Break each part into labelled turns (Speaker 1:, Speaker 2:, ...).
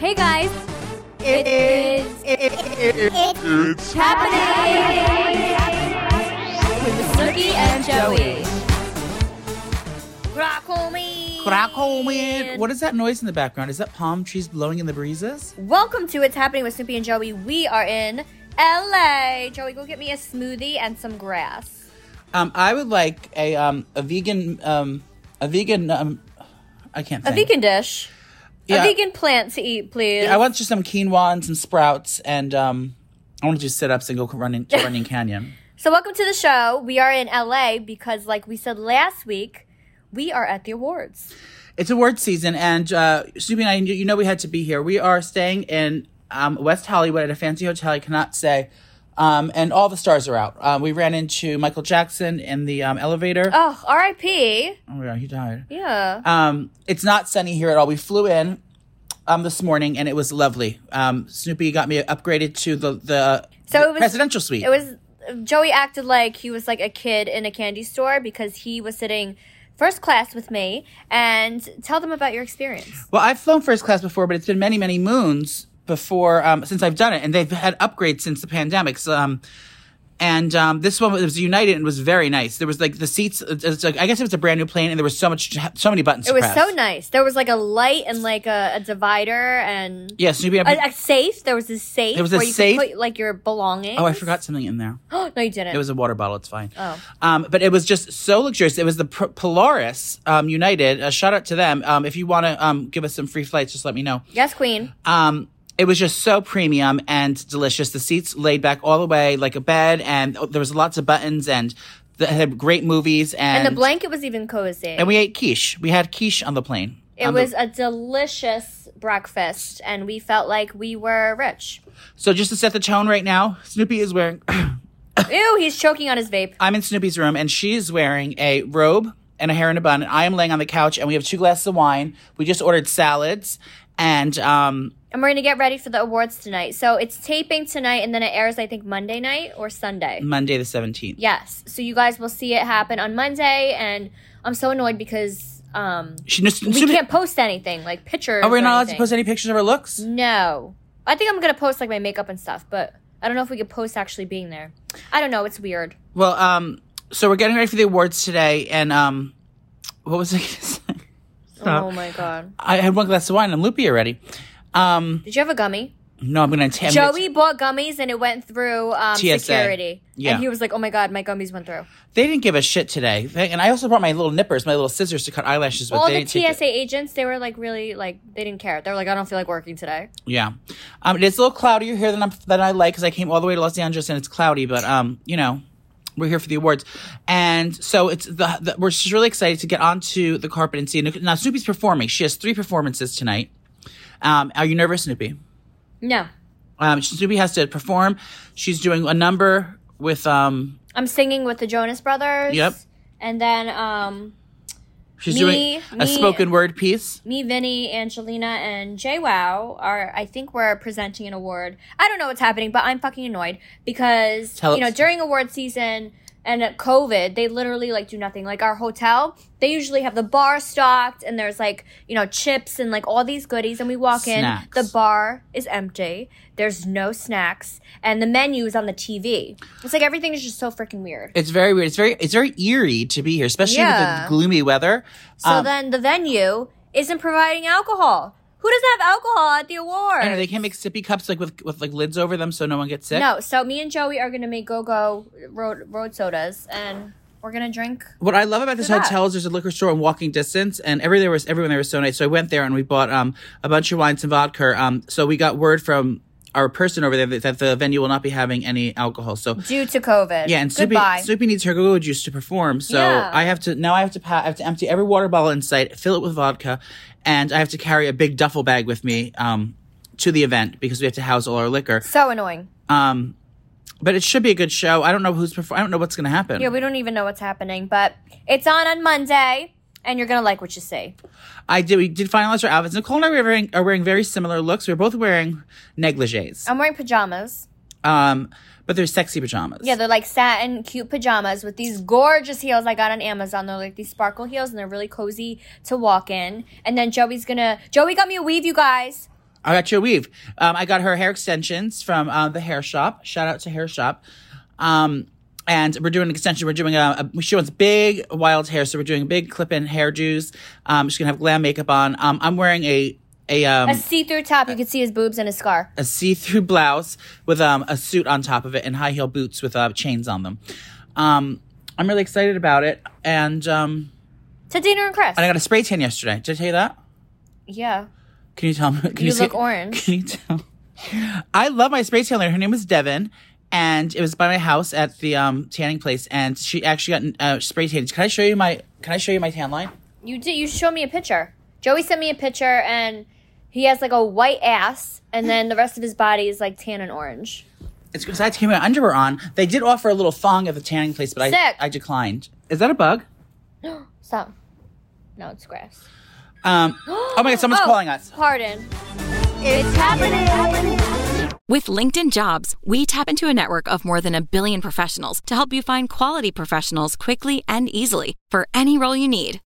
Speaker 1: Hey guys, it is it's happening with Snooki and Joey. Crackle me,
Speaker 2: Crackle wind. What is that noise in the background? Is that palm trees blowing in the breezes?
Speaker 1: Welcome to It's Happening with Snoopy and Joey. We are in LA. Joey, go get me a smoothie and some grass.
Speaker 2: Um, I would like a um a vegan um a vegan um I can't
Speaker 1: A
Speaker 2: think.
Speaker 1: vegan dish. A
Speaker 2: Yeah.
Speaker 1: vegan plant to eat, please.
Speaker 2: I want just some quinoa and some sprouts and um I want to do sit ups and go running to running canyon.
Speaker 1: so, welcome to the show. We are in LA because, like we said last week, we are at the awards.
Speaker 2: It's award season and uh Snoopy and I you know we had to be here. We are staying in um West Hollywood at a fancy hotel I cannot say. Um, and all the stars are out. Um, we ran into Michael Jackson in the um, elevator. Oh,
Speaker 1: Oh, RIP.
Speaker 2: yeah, he died.
Speaker 1: Yeah.
Speaker 2: Um, it's not sunny here at all. We flew in um, this morning and it was lovely. Um, Snoopy got me upgraded to the the
Speaker 1: So it was-
Speaker 2: presidential suite.
Speaker 1: It was Joey acted like he was like a kid in a candy store because he was sitting first class with me. And tell them about your experience.
Speaker 2: well, I've flown first class before, but it's been many many moons before um, since I've done it, and they've had upgrades since the pandemic. So, um, and um, this one was United and was very nice. There was like the seats. It was, like, I guess it was a brand new plane, and there was so much so many buttons.
Speaker 1: It was
Speaker 2: to press.
Speaker 1: so nice. There was like a light and like a, a divider and
Speaker 2: Yeah, Snoopy.
Speaker 1: a,
Speaker 2: I,
Speaker 1: a safe. There was a safe.
Speaker 2: There was a
Speaker 1: where you could
Speaker 2: safe.
Speaker 1: put, like your belongings.
Speaker 2: oh, I forgot something in there.
Speaker 1: no, you didn't.
Speaker 2: It was a water bottle. It's fine.
Speaker 1: Oh.
Speaker 2: Um, but it was just so luxurious. It was the P- Polaris um, United. A shout out to them. Um, if you want to um, give us some free flights, just let me know.
Speaker 1: yes, Queen.
Speaker 2: Um, it was just so premium and delicious. The seats laid back all the way like a bed, and oh, there was lots of buttons and they had great movies and,
Speaker 1: and the blanket was even cozy.
Speaker 2: and we ate quiche. We had quiche on the plane.
Speaker 1: it
Speaker 2: On the-
Speaker 1: was a delicious breakfast, and we felt like we were rich.
Speaker 2: so just to set the tone right now. Snoopy is wearing.
Speaker 1: Ew, he's choking on his vape.
Speaker 2: I'm in Snoopy's room and she is wearing a robe and a hair in a bun. And I am laying on the couch and we have two glasses of wine. We just ordered salads and um,
Speaker 1: And we're going to get ready for the awards tonight. So it's taping tonight, and then it airs, I think, Monday night or Sunday.
Speaker 2: Monday the 17th.
Speaker 1: Yes. So you guys will see it happen on Monday, and I'm so annoyed because um,
Speaker 2: She just,
Speaker 1: we can't post anything, like pictures.
Speaker 2: Are we
Speaker 1: or
Speaker 2: not allowed to
Speaker 1: anything.
Speaker 2: post any pictures of her looks?
Speaker 1: No. I think I'm going to post, like, my makeup and stuff, but I don't know if we could post actually being there. I don't know. It's weird.
Speaker 2: Well, um, so we're getting ready for the awards today. And um, what was I going to say? Stop.
Speaker 1: Oh, my God.
Speaker 2: I had one glass of wine. I'm loopy already. Um,
Speaker 1: Did you have a gummy?
Speaker 2: no, I'm going to.
Speaker 1: Joey bought gummies and it went through um,
Speaker 2: TSA.
Speaker 1: security.
Speaker 2: Yeah.
Speaker 1: And he was like, oh my God, my gummies went through.
Speaker 2: They didn't give a shit today. They- And I also brought my little nippers, my little scissors to cut eyelashes with.
Speaker 1: All
Speaker 2: They
Speaker 1: the
Speaker 2: didn't take the-
Speaker 1: TSA agents, they were like really like they didn't care. They were like, I don't feel like working today.
Speaker 2: Yeah, um, it's a little cloudier here than I'm than I like because I came all the way to Los Angeles and it's cloudy. But um, you know, we're here for the awards, and so it's the, the we're just really excited to get onto the carpet and see. Now Snoopy's performing. She has three performances tonight. Um, are you nervous, Snoopy?
Speaker 1: No,
Speaker 2: Um, Snoopy has to perform. She's doing a number with um.
Speaker 1: I'm singing with the Jonas Brothers.
Speaker 2: Yep.
Speaker 1: And then um,
Speaker 2: She's
Speaker 1: Me,
Speaker 2: doing
Speaker 1: me.
Speaker 2: a spoken word piece.
Speaker 1: me, Vinny, Angelina, and Jay Wow are I think we're presenting an award. I don't know what's happening, but I'm fucking annoyed because
Speaker 2: Tell
Speaker 1: you know
Speaker 2: us.
Speaker 1: during award season and at COVID, they literally like do nothing. Like our hotel, they usually have the bar stocked and there's like you know chips and like all these goodies, and we walk
Speaker 2: Snacks.
Speaker 1: in, the bar is empty. There's no snacks, and the menu is on the TV. It's like everything is just so freaking weird.
Speaker 2: It's very weird. It's very it's very eerie to be here, especially
Speaker 1: Yeah.
Speaker 2: with the gloomy weather.
Speaker 1: So
Speaker 2: Um,
Speaker 1: then the venue isn't providing alcohol. Who doesn't have alcohol at the award?
Speaker 2: I know they can't make sippy cups like with with like lids over them so no one gets sick.
Speaker 1: No, so me and Joey are gonna make go go road road sodas, and we're gonna drink.
Speaker 2: What I love about this
Speaker 1: Look at that.
Speaker 2: hotel is there's a liquor store in walking distance, and every there was everyone there was so nice. So I went there and we bought um a bunch of wines and vodka. Um, so we got word from our person over there that, that the venue will not be having any alcohol. So
Speaker 1: Due to COVID,
Speaker 2: yeah, and Snoopy,
Speaker 1: goodbye.
Speaker 2: Snoopy needs her go juice to perform. So
Speaker 1: Yeah.
Speaker 2: I have to now I have to pa- I have to empty every water bottle in sight, fill it with vodka, and I have to carry a big duffel bag with me um, to the event because we have to house all our liquor.
Speaker 1: So annoying.
Speaker 2: Um, but it should be a good show. I don't know who's performing. I don't know what's going to happen.
Speaker 1: Yeah, we don't even know what's happening, but it's on on Monday, and you're gonna like what you see.
Speaker 2: I did. We did finalize our outfits. Nicole and I were wearing, are wearing very similar looks. We are both wearing negligees,
Speaker 1: I'm wearing pajamas.
Speaker 2: um, but they're sexy pajamas.
Speaker 1: Yeah, they're like satin, cute pajamas with these gorgeous heels I got on Amazon. They're like these sparkle heels, and they're really cozy to walk in. And then Joey's gonna. Joey got me a weave, you guys.
Speaker 2: I got your weave. Um, I got her hair extensions from uh, the hair shop. Shout out to hair shop. Um, and we're doing an extension. We're doing a, a she wants big wild hair, so we're doing big clip-in hairdos. Um, she's gonna have glam makeup on. Um, I'm wearing a a um,
Speaker 1: A see-through top. You can see his boobs and his scar.
Speaker 2: a see-through blouse with um a suit on top of it and high heel boots with uh, chains on them. Um, I'm really excited about it. And um,
Speaker 1: To dinner and Chris.
Speaker 2: and I got a spray tan yesterday. Did I tell you that?
Speaker 1: yeah.
Speaker 2: Can you tell me? Can you,
Speaker 1: You
Speaker 2: see-
Speaker 1: look orange.
Speaker 2: Can you tell? I love my spray tan lady. Her name was Devin, and it was by my house at the um, tanning place. And she actually got uh, spray tanned. Can I show you my? Can I show you my tan line?
Speaker 1: You did. You showed me a picture. Joey sent me a picture, and he has like a white ass, and then the rest of his body is like tan and orange.
Speaker 2: It's because I had to keep my underwear on. They did offer a little thong at the tanning place, but I
Speaker 1: Sick.
Speaker 2: I declined. Is that a bug?
Speaker 1: So, no, it's grass.
Speaker 2: Um, oh my god, someone's
Speaker 1: Oh,
Speaker 2: calling us.
Speaker 1: Pardon.
Speaker 3: With LinkedIn Jobs, we tap into a network of more than a billion professionals to help you find quality professionals quickly and easily for any role you need.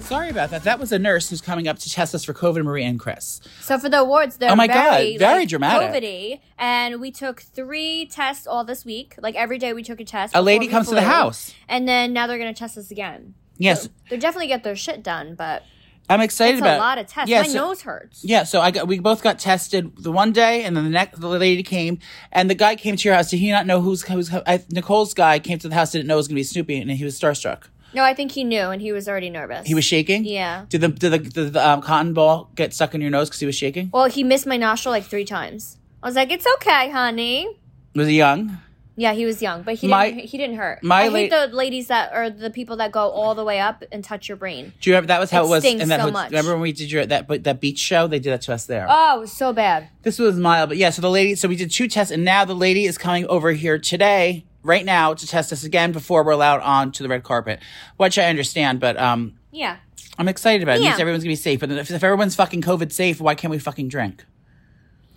Speaker 2: Sorry about that. That was a nurse who's coming up to test us for COVID. Marie and Chris.
Speaker 1: So for the awards, they're
Speaker 2: Oh my God,
Speaker 1: very,
Speaker 2: very
Speaker 1: like,
Speaker 2: dramatic.
Speaker 1: COVID-y, and we took three tests all this week. Like every day, we took a test.
Speaker 2: A lady
Speaker 1: before we
Speaker 2: comes to the
Speaker 1: flew,
Speaker 2: house.
Speaker 1: and then now they're gonna test us again.
Speaker 2: Yes,
Speaker 1: They definitely get their shit done, but
Speaker 2: I'm excited
Speaker 1: it's
Speaker 2: about
Speaker 1: a
Speaker 2: it.
Speaker 1: lot of tests.
Speaker 2: Yeah,
Speaker 1: my
Speaker 2: so-
Speaker 1: nose hurts.
Speaker 2: Yeah, so I got we both got tested the one day, and then the next the lady came, and the guy came to your house. Did he not know who's who's I, Nicole's guy came to the house? Didn't know it was gonna be Snoopy, and he was starstruck.
Speaker 1: No, I think he knew, and he was already nervous.
Speaker 2: He was shaking.
Speaker 1: Yeah.
Speaker 2: Did the did the, did the um, cotton ball get stuck in your nose because he was shaking?
Speaker 1: Well, he missed my nostril like three times. I was like, "It's okay, honey."
Speaker 2: Was he young?
Speaker 1: Yeah, he was young, but he
Speaker 2: My-
Speaker 1: didn't, he didn't hurt.
Speaker 2: my
Speaker 1: I hate
Speaker 2: la-
Speaker 1: the ladies that are the people that go all the way up and touch your brain.
Speaker 2: Do you remember that was how
Speaker 1: It
Speaker 2: it, was?
Speaker 1: stings
Speaker 2: in that
Speaker 1: so
Speaker 2: hot-
Speaker 1: much.
Speaker 2: Remember when we did your that but that beach show? They did that to us there.
Speaker 1: Oh, it was so bad.
Speaker 2: This was mild, but yeah. So the lady, so we did two tests, and now the lady is coming over here today, right now, to test us again before we're allowed on to the red carpet, which I understand, but um.
Speaker 1: Yeah.
Speaker 2: I'm excited about it. It means
Speaker 1: Yeah.
Speaker 2: everyone's gonna be safe. But if, if everyone's fucking COVID safe, why can't we fucking drink?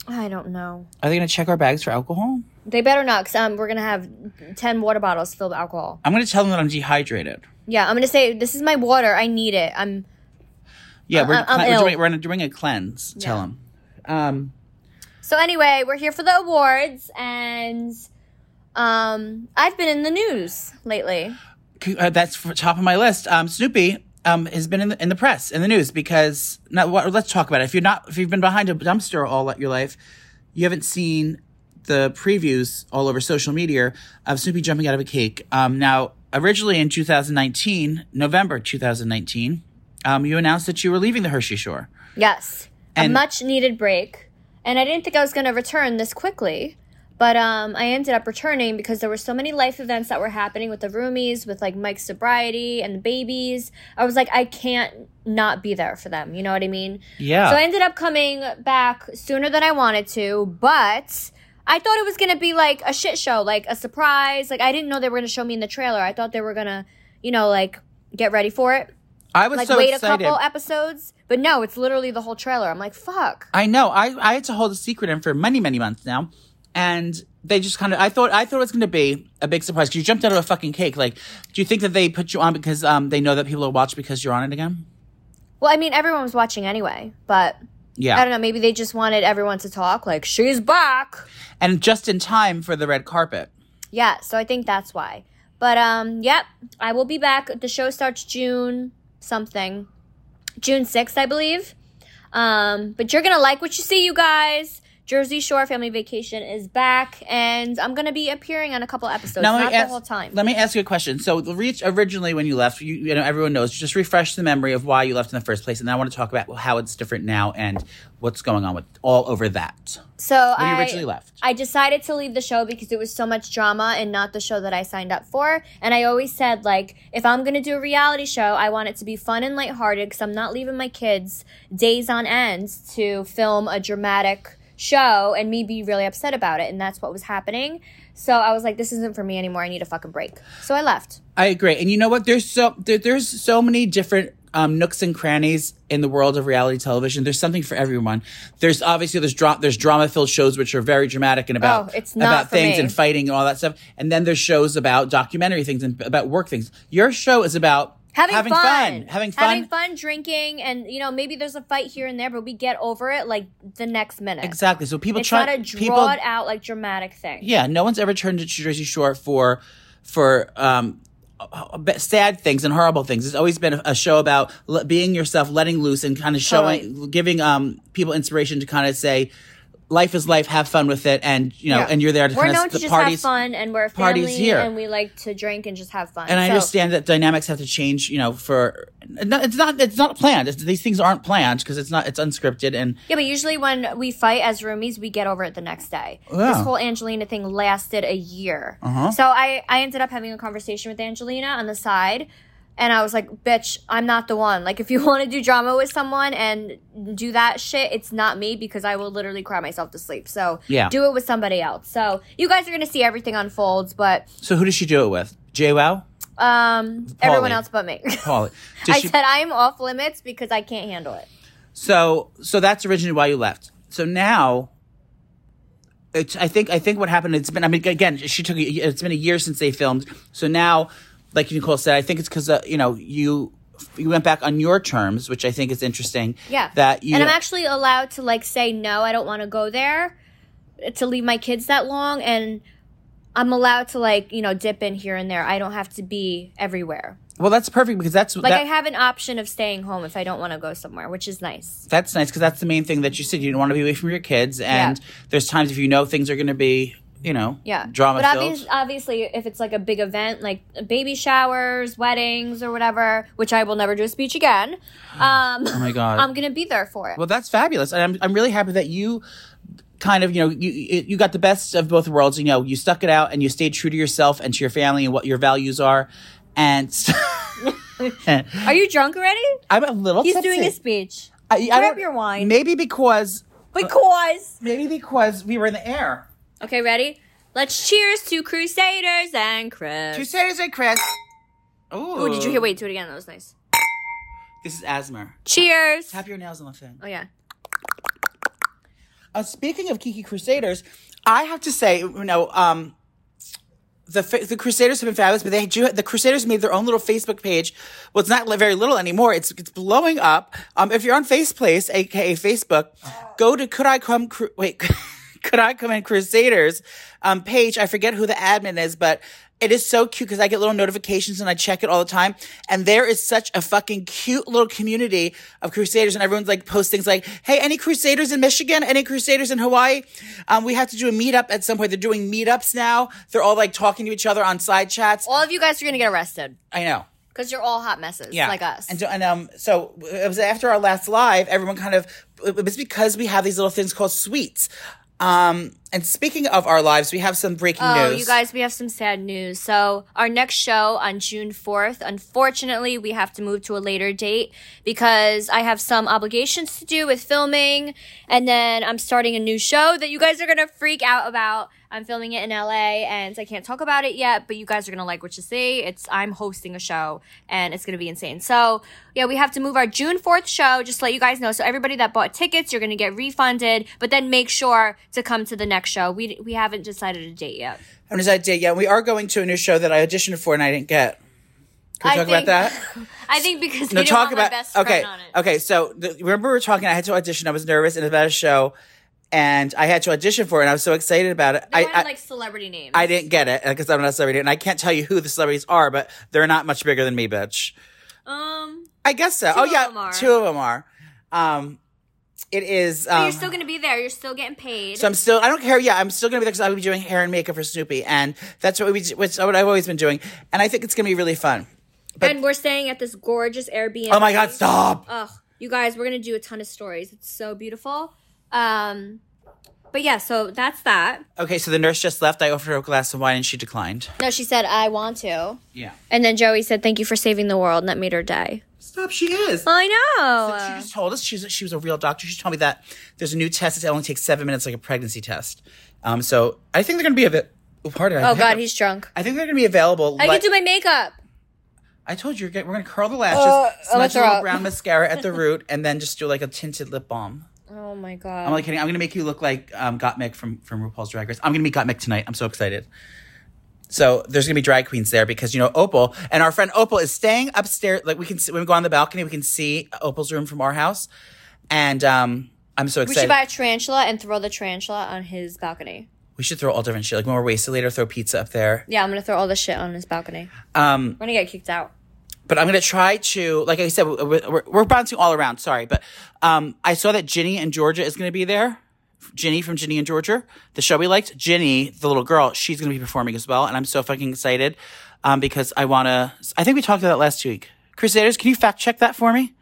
Speaker 1: I don't know.
Speaker 2: Are they gonna check our bags for alcohol?
Speaker 1: They better not, because um, we're gonna have ten water bottles filled with alcohol.
Speaker 2: I'm gonna tell them that I'm dehydrated.
Speaker 1: Yeah, I'm gonna say this is my water. I need it. I'm
Speaker 2: Yeah, we're,
Speaker 1: Uh, I'm- I'm
Speaker 2: cle- we're,
Speaker 1: ill.
Speaker 2: doing, we're doing a cleanse. Tell them. Um,
Speaker 1: so anyway. We're here for the awards, and um, I've been in the news lately.
Speaker 2: c- uh, that's for top of my list. Um, Snoopy um, has been in the, in the press in the news because now what, let's talk about it. If you're not, if you've been behind a dumpster all your life, you haven't seen the previews all over social media of Snoopy jumping out of a cake. Um, now, originally in 2019, November 2019, um, you announced that you were leaving the Hershey Shore.
Speaker 1: Yes,
Speaker 2: And-
Speaker 1: a much needed break, and I didn't think I was gonna return this quickly. But um, I ended up returning because there were so many life events that were happening with the roomies, with like Mike's sobriety and the babies. I was like, I can't not be there for them. You know what I mean?
Speaker 2: Yeah.
Speaker 1: So I ended up coming back sooner than I wanted to, but I thought it was going to be like a shit show, like a surprise. Like I didn't know they were going to show me in the trailer. I thought they were going to, you know, like get ready for it,
Speaker 2: I was
Speaker 1: like
Speaker 2: so
Speaker 1: wait
Speaker 2: excited.
Speaker 1: a couple episodes. But no, it's literally the whole trailer. I'm like, fuck.
Speaker 2: I know. I, I had to hold a secret in for many, many months now. And they just kind of, I thought, I thought it was going to be a big surprise 'cause you jumped out of a fucking cake. Like, do you think that they put you on because um, they know that people will watch because you're on it again?
Speaker 1: Well, I mean, everyone was watching anyway, but
Speaker 2: Yeah.
Speaker 1: I don't know. Maybe they just wanted everyone to talk, like, she's back.
Speaker 2: And just in time for the red carpet.
Speaker 1: Yeah, so I think that's why. But um, yep, I will be back. The show starts June something, June sixth, I believe. Um, but you're gonna like what you see, you guys. Jersey Shore Family Vacation is back, and I'm gonna be appearing on a couple episodes,
Speaker 2: Now, let me
Speaker 1: not
Speaker 2: ask-
Speaker 1: the whole time.
Speaker 2: Let me ask you a question. So, the reach originally when you left, you, you know, everyone knows. Just refresh the memory of why you left in the first place, and then I want to talk about how it's different now and what's going on with all over that.
Speaker 1: so
Speaker 2: When you
Speaker 1: I
Speaker 2: originally left.
Speaker 1: I decided to leave the show because it was so much drama and not the show that I signed up for. And I always said, like, if I'm going to do a reality show, I want it to be fun and lighthearted because I'm not leaving my kids days on end to film a dramatic show and me be really upset about it. And that's what was happening. So I was like, this isn't for me anymore. I need a fucking break. So I left.
Speaker 2: I agree, and you know what? There's so there, there's so many different um, nooks and crannies in the world of reality television. There's something for everyone. There's obviously there's dra- there's drama filled shows which are very dramatic and about
Speaker 1: Oh, it's not
Speaker 2: about
Speaker 1: for
Speaker 2: things
Speaker 1: me.
Speaker 2: and fighting and all that stuff, and then there's shows about documentary things and about work things. Your show is about
Speaker 1: having, fun.
Speaker 2: having fun,
Speaker 1: having fun, drinking, and you know maybe there's a fight here and there, but we get over it like the next minute.
Speaker 2: Exactly. So people
Speaker 1: It's
Speaker 2: try
Speaker 1: not a
Speaker 2: people
Speaker 1: drawn out like dramatic thing.
Speaker 2: Yeah, no one's ever turned to Jersey Shore for for um uh, uh, sad things and horrible things. It's always been a, a show about l- being yourself, letting loose and kind of showing giving um people inspiration to kind of say life is life, have fun with it and you know,
Speaker 1: Yeah.
Speaker 2: and you're there to
Speaker 1: We're
Speaker 2: kind
Speaker 1: known
Speaker 2: of
Speaker 1: to
Speaker 2: the
Speaker 1: just have
Speaker 2: parties
Speaker 1: fun, and we're a
Speaker 2: parties
Speaker 1: family,
Speaker 2: here.
Speaker 1: and we like to drink and just have fun.
Speaker 2: and I
Speaker 1: So-
Speaker 2: understand that dynamics have to change, you know, for no, it's not it's not planned. It's, these things aren't planned because it's not it's unscripted and
Speaker 1: Yeah, but usually when we fight as roomies, we get over it the next day. This
Speaker 2: Yeah. Uh-huh.
Speaker 1: whole Angelina thing lasted a year. So I, I ended up having a conversation with Angelina on the side. And I was like, bitch, I'm not the one. Like, if you want to do drama with someone and do that shit, it's not me because I will literally cry myself to sleep. So,
Speaker 2: Yeah.
Speaker 1: do it with somebody else. So, you guys are going to see everything unfolds, but
Speaker 2: so who does she do it with? Jay Wow?
Speaker 1: um, everyone
Speaker 2: Pauly.
Speaker 1: else but me.
Speaker 2: Paul. Does
Speaker 1: I
Speaker 2: she-
Speaker 1: said, I'm off limits because I can't handle it.
Speaker 2: So so that's originally why you left. So now, it's, I think I think what happened. It's been I mean again she took a- it's been a year since they filmed. So now, like Nicole said, I think it's because uh, you know you you went back on your terms, which I think is interesting.
Speaker 1: Yeah.
Speaker 2: That you
Speaker 1: and I'm actually allowed to like say no, I don't want to go there to leave my kids that long and I'm allowed to like, you know, dip in here and there. I don't have to be everywhere.
Speaker 2: well that's perfect because that's
Speaker 1: Like
Speaker 2: that-
Speaker 1: I have an option of staying home if I don't want to go somewhere, which is nice.
Speaker 2: that's nice because that's the main thing that you said you don't want to be away from your kids and there's times if you know things are going to be you know
Speaker 1: Yeah.
Speaker 2: drama
Speaker 1: But obvious,
Speaker 2: filled.
Speaker 1: obviously if it's like a big event like baby showers, weddings or whatever, which I will never do a speech again. Um
Speaker 2: Oh my god!
Speaker 1: I'm going to be there for it.
Speaker 2: Well, that's fabulous, and I'm I'm really happy that you kind of you know you you you got the best of both worlds. You know, you stuck it out and you stayed true to yourself and to your family and what your values are. And
Speaker 1: Are you drunk already?
Speaker 2: I'm a little.
Speaker 1: He's
Speaker 2: tipsy.
Speaker 1: doing a speech.
Speaker 2: I- I
Speaker 1: Grab
Speaker 2: don't-
Speaker 1: your wine.
Speaker 2: Maybe because
Speaker 1: Because
Speaker 2: maybe because we were in the air.
Speaker 1: Okay, ready? Let's cheers to Crusaders and Chris.
Speaker 2: Crusaders and Chris. Oh,
Speaker 1: Oh, did you hear? Wait, do it again. That was nice.
Speaker 2: This is asthma.
Speaker 1: Cheers.
Speaker 2: Tap your nails on the thing.
Speaker 1: Oh yeah.
Speaker 2: Uh, speaking of Kiki Crusaders, I have to say, you know, um, the fa- the Crusaders have been fabulous, but they do, the Crusaders made their own little Facebook page. Well, it's not li- very little anymore. It's it's blowing up. Um, if you're on FacePlace, aka Facebook, go to Could I Come? Cru- wait, Could I Come in Crusaders? Um, page. I forget who the admin is, but. It is so cute because I get little notifications and I check it all the time. And there is such a fucking cute little community of Crusaders, and everyone's like posts things like, "Hey, any Crusaders in Michigan? Any Crusaders in Hawaii? Um, we have to do a meetup at some point. They're doing meetups now. They're all like talking to each other on side chats.
Speaker 1: All of you guys are gonna get arrested
Speaker 2: I know.
Speaker 1: because you're all hot messes,
Speaker 2: Yeah.
Speaker 1: like us.
Speaker 2: And, so- and um, so it was after our last live, everyone kind of, it was because we have these little things called sweets. Um, and speaking of our lives, we have some breaking
Speaker 1: Oh,
Speaker 2: news.
Speaker 1: you guys, we have some sad news. So, our next show on June 4th, unfortunately, we have to move to a later date because I have some obligations to do with filming. And then I'm starting a new show that you guys are going to freak out about. I'm filming it in LA and I can't talk about it yet, but you guys are going to like what you see. It's I'm hosting a show and it's going to be insane. So, yeah, we have to move our June 4th show just to let you guys know. So, everybody that bought tickets, you're going to get refunded, but then make sure to come to the next show. We we haven't decided a date yet.
Speaker 2: I'm just idea. Yeah, we are going to a new show that I auditioned for and I didn't get. Can we
Speaker 1: I
Speaker 2: talk
Speaker 1: think-
Speaker 2: about that?
Speaker 1: I think because we
Speaker 2: No,
Speaker 1: didn't
Speaker 2: talk
Speaker 1: want
Speaker 2: about
Speaker 1: my best friend
Speaker 2: okay.
Speaker 1: on it.
Speaker 2: Okay, so the, remember we were talking. I had to audition. I was nervous and about a show, and I had to audition for it. and I was so excited about it.
Speaker 1: I,
Speaker 2: I, I,
Speaker 1: wanted like celebrity names.
Speaker 2: I didn't get it because I'm not a celebrity, and I can't tell you who the celebrities are, but they're not much bigger than me, bitch.
Speaker 1: um,
Speaker 2: I guess so. oh
Speaker 1: of
Speaker 2: yeah,
Speaker 1: them are.
Speaker 2: two of them are. Um, It is.
Speaker 1: But
Speaker 2: Um,
Speaker 1: you're still gonna be there. You're still getting paid.
Speaker 2: so I'm still. I don't care. Yeah, I'm still gonna be there because I'll be doing hair and makeup for Snoopy, and that's what we. Which what I've always been doing, and I think it's gonna be really fun.
Speaker 1: and we're staying at this gorgeous Airbnb.
Speaker 2: Oh my god! Stop.
Speaker 1: Ugh, you guys, we're gonna do a ton of stories. It's so beautiful. Um, but yeah, so that's that.
Speaker 2: Okay, so the nurse just left. I offered her a glass of wine, and she declined.
Speaker 1: No, she said I want to,
Speaker 2: Yeah.
Speaker 1: and then Joey said, "Thank you for saving the world," and that made her day.
Speaker 2: Stop. She is.
Speaker 1: I
Speaker 2: She
Speaker 1: know.
Speaker 2: just told us she's she was a real doctor. She told me that there's a new test. It only takes seven minutes, like a pregnancy test. Um, so I think they're gonna be a bit. Oh, pardon.
Speaker 1: Oh God, he's drunk.
Speaker 2: I think they're gonna be available.
Speaker 1: I
Speaker 2: like-
Speaker 1: can do my makeup.
Speaker 2: I told you we're gonna curl the lashes,
Speaker 1: Uh, I'll let
Speaker 2: smudge a
Speaker 1: her
Speaker 2: little
Speaker 1: up.
Speaker 2: brown mascara at the root, and then just do like a tinted lip balm.
Speaker 1: Oh my God.
Speaker 2: I'm only kidding. I'm gonna make you look like um, Gottmik from from RuPaul's Drag Race. I'm gonna meet Gottmik tonight. I'm so excited. So there's gonna be drag queens there because you know Opal and our friend Opal is staying upstairs. Like we can see, when we go on the balcony, we can see Opal's room from our house, and um, I'm so
Speaker 1: we
Speaker 2: excited.
Speaker 1: should buy a tarantula and throw the tarantula on his balcony.
Speaker 2: We should throw all different shit. Like when we're wasted later, throw pizza up there.
Speaker 1: Yeah, I'm gonna throw all this shit on his balcony.
Speaker 2: Um,
Speaker 1: We're gonna get kicked out.
Speaker 2: but I'm gonna try to, like I said, we're, we're, we're bouncing all around. Sorry, but um, I saw that Ginny and Georgia is gonna be there. Ginny from Ginny and Georgia, the show we liked. Ginny, the little girl, she's gonna be performing as well, and I'm so fucking excited um, because I wanna. I think we talked about that last week. Crusaders, can you fact check that for me?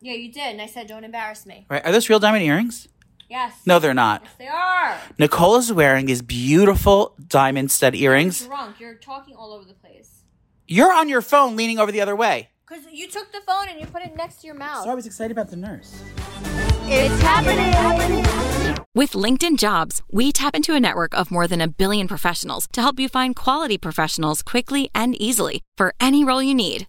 Speaker 1: Yeah, you did, and I said, "Don't embarrass me."
Speaker 2: Right? Are those real diamond earrings?
Speaker 1: Yes.
Speaker 2: No, they're not.
Speaker 1: They are
Speaker 2: Nicole is wearing these beautiful diamond stud earrings.
Speaker 1: drunk. You're talking all over the place.
Speaker 2: You're on your phone, leaning over the other way.
Speaker 1: Cause you took the phone and you put it next to your mouth.
Speaker 2: So I was excited about the nurse.
Speaker 3: With LinkedIn Jobs, we tap into a network of more than a billion professionals to help you find quality professionals quickly and easily for any role you need.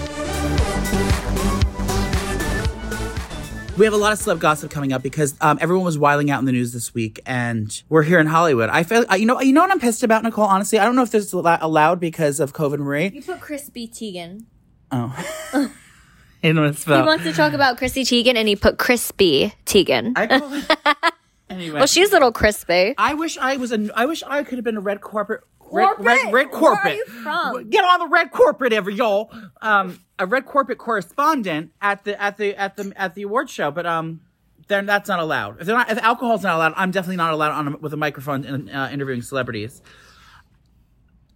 Speaker 2: We have a lot of celeb gossip coming up because um, everyone was wiling out in the news this week, and we're here in Hollywood. I feel uh, you know you know what I'm pissed about, Nicole. Honestly, I don't know if this is allo- allowed because of COVID, Marie.
Speaker 1: You put Crispy Teigen.
Speaker 2: I don't know what
Speaker 1: He
Speaker 2: to spell.
Speaker 1: wants to talk about Chrissy Teigen, and he put Crispy Teigen.
Speaker 2: I call it- anyway,
Speaker 1: well, she's a little crispy.
Speaker 2: I wish I was a. I wish I could have been a red corporate.
Speaker 1: Corporate?
Speaker 2: Red, red, red
Speaker 1: Where are
Speaker 2: corporate.
Speaker 1: you from?
Speaker 2: Get on the red corporate, every y'all. Um, a red corporate correspondent at the at the at the at the award show, but um, then that's not allowed. If they're not, if alcohol's not allowed, I'm definitely not allowed on a, with a microphone in, uh, interviewing celebrities.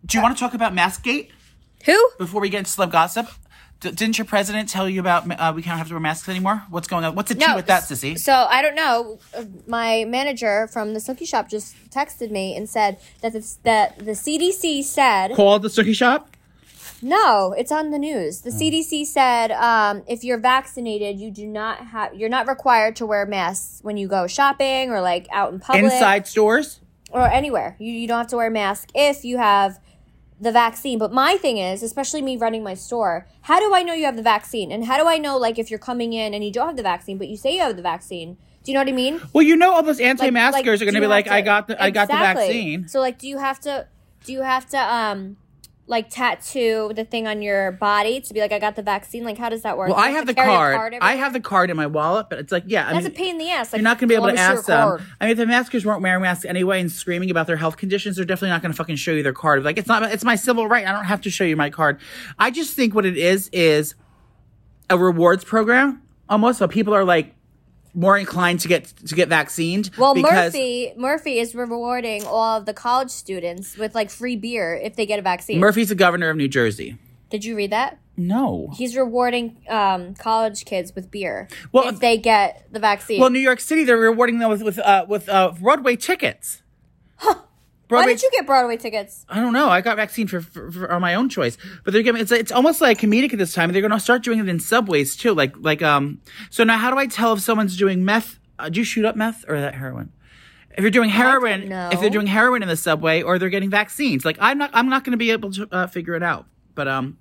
Speaker 2: Do you want to talk about Maskgate
Speaker 1: Who?
Speaker 2: before we get into celeb gossip? D- didn't your president tell you about uh, we can't have to wear masks anymore? What's going on? What's the tea with that, sissy?
Speaker 1: So I don't know. Uh, My manager from the Silky Shop just texted me and said that the, that the CDC said
Speaker 2: Call the cookie shop.
Speaker 1: No, it's on the news. The CDC said um, if you're vaccinated, you do not have you're not required to wear masks when you go shopping or like out in public
Speaker 2: Inside stores.
Speaker 1: or anywhere. You you don't have to wear a mask if you have the vaccine. But my thing is, especially me running my store, how do I know you have the vaccine? And how do I know like if you're coming in and you don't have the vaccine, but you say you have the vaccine? Do you know what I mean?
Speaker 2: Well, you know, all those
Speaker 1: Like-
Speaker 2: anti-maskers
Speaker 1: like,
Speaker 2: are going
Speaker 1: do you
Speaker 2: to be
Speaker 1: have
Speaker 2: like,
Speaker 1: to-
Speaker 2: "I got the, I got the
Speaker 1: Exactly.
Speaker 2: vaccine."
Speaker 1: So like, do you have to? Do you have to um, like tattoo the thing on your body to be like, I got the vaccine? Like, how does that work?
Speaker 2: Well,
Speaker 1: Do you
Speaker 2: I have
Speaker 1: to
Speaker 2: the
Speaker 1: carry a
Speaker 2: card. I
Speaker 1: everywhere?
Speaker 2: have the card in my wallet, but it's like, yeah, I
Speaker 1: That's
Speaker 2: mean,
Speaker 1: a pain in the ass. Like,
Speaker 2: You're not going to be able
Speaker 1: let
Speaker 2: to
Speaker 1: me see your
Speaker 2: ask them.
Speaker 1: card.
Speaker 2: I mean, if the maskers weren't wearing masks anyway and screaming about their health conditions, they're definitely not going to fucking show you their card. Like, it's not, it's my civil right. I don't have to show you my card. I just think what it is is a rewards program almost. So people are like more inclined to get to get vaccinated.
Speaker 1: Well,
Speaker 2: because-
Speaker 1: Murphy Murphy is rewarding all of the college students with like free beer if they get a vaccine.
Speaker 2: Murphy's the governor of New Jersey.
Speaker 1: Did you read that?
Speaker 2: No.
Speaker 1: He's rewarding um, college kids with beer
Speaker 2: Well,
Speaker 1: if they get the vaccine.
Speaker 2: Well, New York City, they're rewarding them with with uh, with uh, Broadway tickets.
Speaker 1: Why
Speaker 2: Broadway-
Speaker 1: did you get Broadway tickets?
Speaker 2: I don't know. I got vaccine for, for, for on my own choice, but they're giving it's it's almost like comedic at this time. They're going to start doing it in subways too. Like like um. So now, how do I tell if someone's doing meth? Uh, do you shoot up meth or that heroin? If you're doing heroin,
Speaker 1: know.
Speaker 2: if they're doing heroin in the subway or they're getting vaccines, like I'm not I'm not going to be able to uh, figure it out. But um,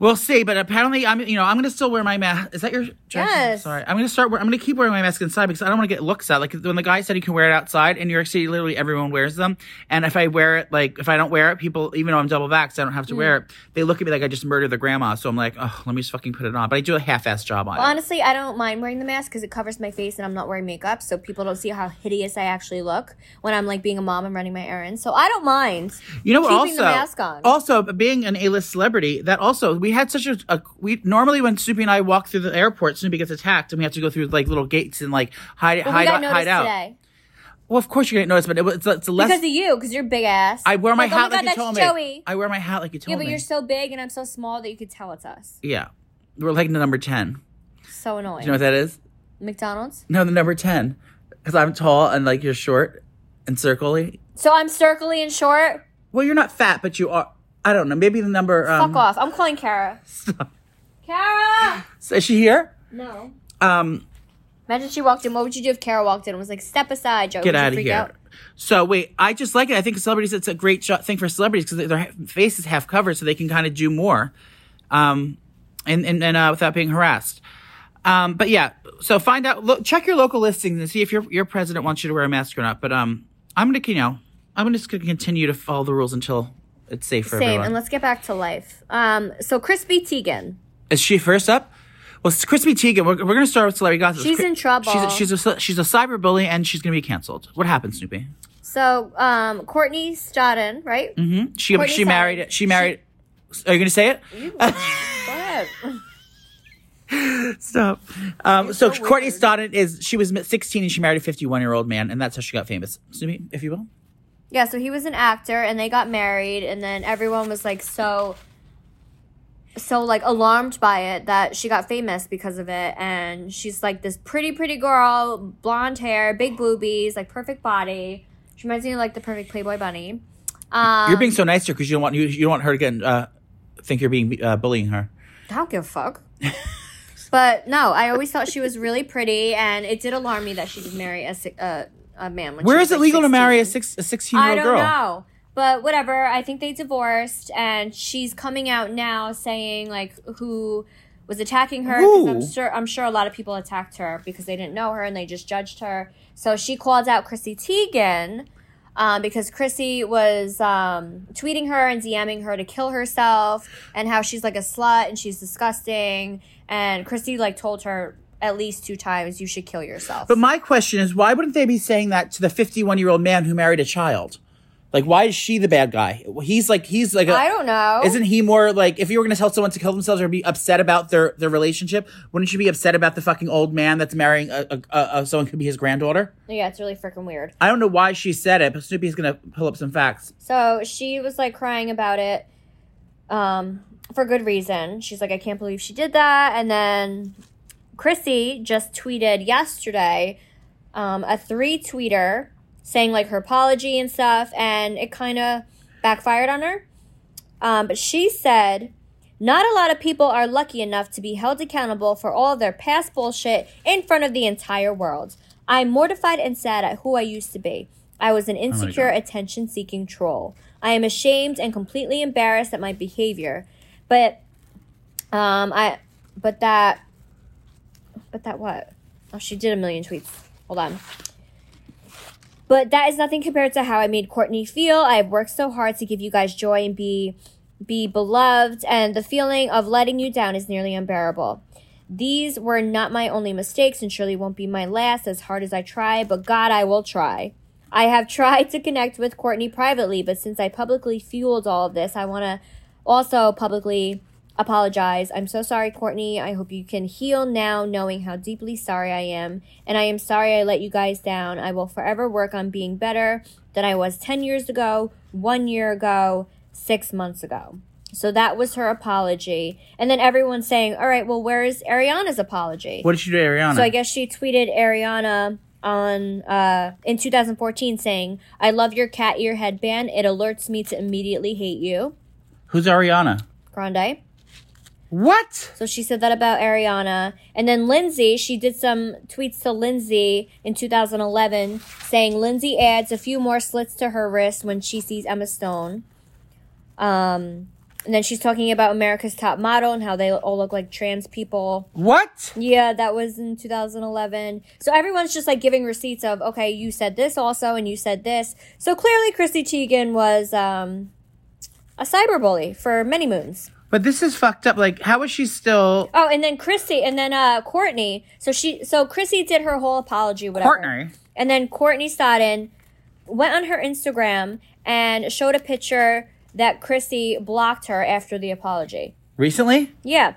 Speaker 2: We'll see, but apparently I'm, you know, I'm gonna still wear my mask. Is that your? dress?
Speaker 1: Yes.
Speaker 2: Sorry, I'm gonna start. Wear- I'm gonna keep wearing my mask inside because I don't want to get looks at. Like when the guy said you can wear it outside in New York City, literally everyone wears them. And if I wear it, like if I don't wear it, people, even though I'm double vaxxed, I don't have to wear
Speaker 1: Mm.
Speaker 2: it. They look at me like I just murdered the grandma. So I'm like, oh, let me just fucking put it on. But I do a half-ass job on it.
Speaker 1: Honestly, I don't mind wearing the mask because it covers my face and I'm not wearing makeup, so people don't see how hideous I actually look when I'm like being a mom and running my errands. So I don't mind.
Speaker 2: You know what? Also,
Speaker 1: keeping the mask on.
Speaker 2: also being an A-list celebrity, that also we had such a, a we normally when Snoopy and I walk through the airport, Snoopy gets attacked, and we have to go through like little gates and like hide
Speaker 1: But we
Speaker 2: hide
Speaker 1: got
Speaker 2: hide
Speaker 1: noticed
Speaker 2: out.
Speaker 1: today
Speaker 2: Well, of course you didn't notice, but it was it's, a- it's a less.
Speaker 1: because of you, because you're big ass.
Speaker 2: I wear my
Speaker 1: Like,
Speaker 2: hat
Speaker 1: oh my God,
Speaker 2: like you told
Speaker 1: that's
Speaker 2: me.
Speaker 1: Joey.
Speaker 2: I wear my hat like you told
Speaker 1: yeah, but
Speaker 2: me.
Speaker 1: you're so big and I'm so small that you could tell it's us.
Speaker 2: yeah, we're like the number ten.
Speaker 1: So annoying.
Speaker 2: Do you know what that is?
Speaker 1: McDonald's.
Speaker 2: No, the number ten. Because I'm tall and like you're short and circly.
Speaker 1: So I'm circly and short.
Speaker 2: Well, you're not fat, but you are. I don't know. Maybe the number. Um,
Speaker 1: Fuck off. I'm calling Kara. Kara.
Speaker 2: Is she here?
Speaker 1: No.
Speaker 2: Um,
Speaker 1: Imagine she walked in. What would you do if Kara walked in and was like, "Step aside, Joey"?
Speaker 2: get
Speaker 1: Would you
Speaker 2: out of
Speaker 1: freak
Speaker 2: here. So wait, I just like it. I think celebrities. It's a great shot thing for celebrities because their ha- face is half covered, so they can kind of do more, um, and and, and uh, without being harassed. Um, but yeah, so find out, look, check your local listings and see if your your president wants you to wear a mask or not. But um, I'm gonna, you know, I'm just gonna continue to follow the rules until it's safe for
Speaker 1: Same.
Speaker 2: everyone.
Speaker 1: And let's get back to life. Um. So Crispy Teigen.
Speaker 2: Is she first up? Well, it's Crispy Teigen. We're, we're gonna start with celebrity gossip.
Speaker 1: She's in trouble.
Speaker 2: She's a, she's a ce- she's a cyber bully and she's gonna be canceled. What happened, Snoopy?
Speaker 1: So um, Courtney Stodden, right? Mm-hmm.
Speaker 2: She
Speaker 1: Courtney
Speaker 2: she
Speaker 1: Sutton.
Speaker 2: married she married. Are you gonna say it?
Speaker 1: Go ahead.
Speaker 2: Stop. Um, so, Courtney Stodden is she was 16 and she married a 51 year old man and that's how she got famous. Snoopy, if you will.
Speaker 1: yeah. So he was an actor, and they got married, and then everyone was like so. So like alarmed by it that she got famous because of it, and she's like this pretty, pretty girl, blonde hair, big boobies, like perfect body. She reminds me of like the perfect Playboy bunny. Um,
Speaker 2: You're being so nice to her because you don't want you, you don't want her to get uh, think you're being uh, bullying her.
Speaker 1: I don't give a fuck. but no, I always thought she was really pretty, and it did alarm me that she did marry a, si- a, a man. When
Speaker 2: Where
Speaker 1: she
Speaker 2: is
Speaker 1: was,
Speaker 2: it
Speaker 1: like,
Speaker 2: legal to marry a
Speaker 1: 16.
Speaker 2: six a 16 year
Speaker 1: I
Speaker 2: old
Speaker 1: don't
Speaker 2: girl?
Speaker 1: know. But whatever, I think they divorced, and she's coming out now saying like who was attacking her. 'cause I'm
Speaker 2: Who?
Speaker 1: sure I'm sure a lot of people attacked her because they didn't know her and they just judged her. So she called out Chrissy Teigen um, because Chrissy was um, tweeting her and DMing her to kill herself and how she's like a slut and she's disgusting. And Chrissy like told her at least two times you should kill yourself.
Speaker 2: But my question is, why wouldn't they be saying that to the 51 year old man who married a child? Like, why is she the bad guy? He's like he's like a,
Speaker 1: I don't know.
Speaker 2: Isn't he more like if you were going to tell someone to kill themselves or be upset about their their relationship? Wouldn't you be upset about the fucking old man that's marrying a, a, a, a someone could be his granddaughter?
Speaker 1: yeah, it's really freaking weird.
Speaker 2: I don't know why she said it, but Snoopy's going to pull up some facts.
Speaker 1: So she was like crying about it um, for good reason. She's like, I can't believe she did that. And then Chrissy just tweeted yesterday um, a three tweeter saying like her apology and stuff, and it kind of backfired on her. Um, but she said, Not a lot of people are lucky enough to be held accountable for all their past bullshit in front of the entire world. I'm mortified and sad at who I used to be. I was an insecure, attention seeking troll. I am ashamed and completely embarrassed at my behavior. But, um, I, but that, but that what? Oh, she did a million tweets. Hold on. But that is nothing compared to how I made Courtney feel. I have worked so hard to give you guys joy and be be beloved, and the feeling of letting you down is nearly unbearable. These were not my only mistakes and surely won't be my last as hard as I try, but God, I will try. I have tried to connect with Courtney privately, but since I publicly fueled all of this, I want to also publicly apologize. I'm so sorry, Courtney. I hope you can heal now, knowing how deeply sorry I am. And I am sorry I let you guys down. I will forever work on being better than I was 10 years ago, one year ago, six months ago. So that was her apology. And then everyone's saying, all right, well, where is Ariana's apology?
Speaker 2: What did she do, to Ariana?
Speaker 1: So I guess she tweeted Ariana on uh, in 2014 saying, "I love your cat ear headband. It alerts me to immediately hate you."
Speaker 2: Who's Ariana?
Speaker 1: Grande.
Speaker 2: What?
Speaker 1: So she said that about Ariana. And then Lindsay, she did some tweets to Lindsay in 2011 saying Lindsay adds a few more slits to her wrist when she sees Emma Stone. Um, And then she's talking about America's Top Model and how they all look like trans people.
Speaker 2: What?
Speaker 1: Yeah, that was in 2011. So everyone's just like giving receipts of, okay, you said this also, and you said this. So clearly, Chrissy Teigen was um, a cyberbully for many moons.
Speaker 2: But this is fucked up. Like, how is she still
Speaker 1: Oh, and then Chrissy, and then uh, Courtney. So she, so Chrissy did her whole apology, whatever.
Speaker 2: partner?
Speaker 1: And then Courtney Stodden went on her Instagram and showed a picture that Chrissy blocked her after the apology.
Speaker 2: Recently?
Speaker 1: Yeah.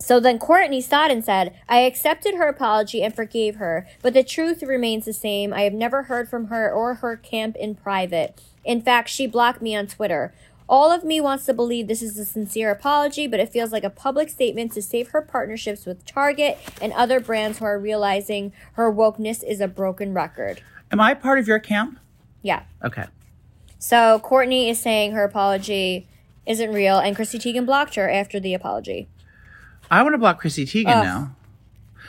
Speaker 1: So then Courtney Stodden said, I accepted her apology and forgave her, but the truth remains the same. I have never heard from her or her camp in private. In fact, she blocked me on Twitter. All of me wants to believe this is a sincere apology, but it feels like a public statement to save her partnerships with Target and other brands who are realizing her wokeness is a broken record.
Speaker 2: Am I part of your camp?
Speaker 1: Yeah.
Speaker 2: Okay.
Speaker 1: So Courtney is saying her apology isn't real, and Chrissy Teigen blocked her after the apology.
Speaker 2: I want to block Chrissy Teigen now.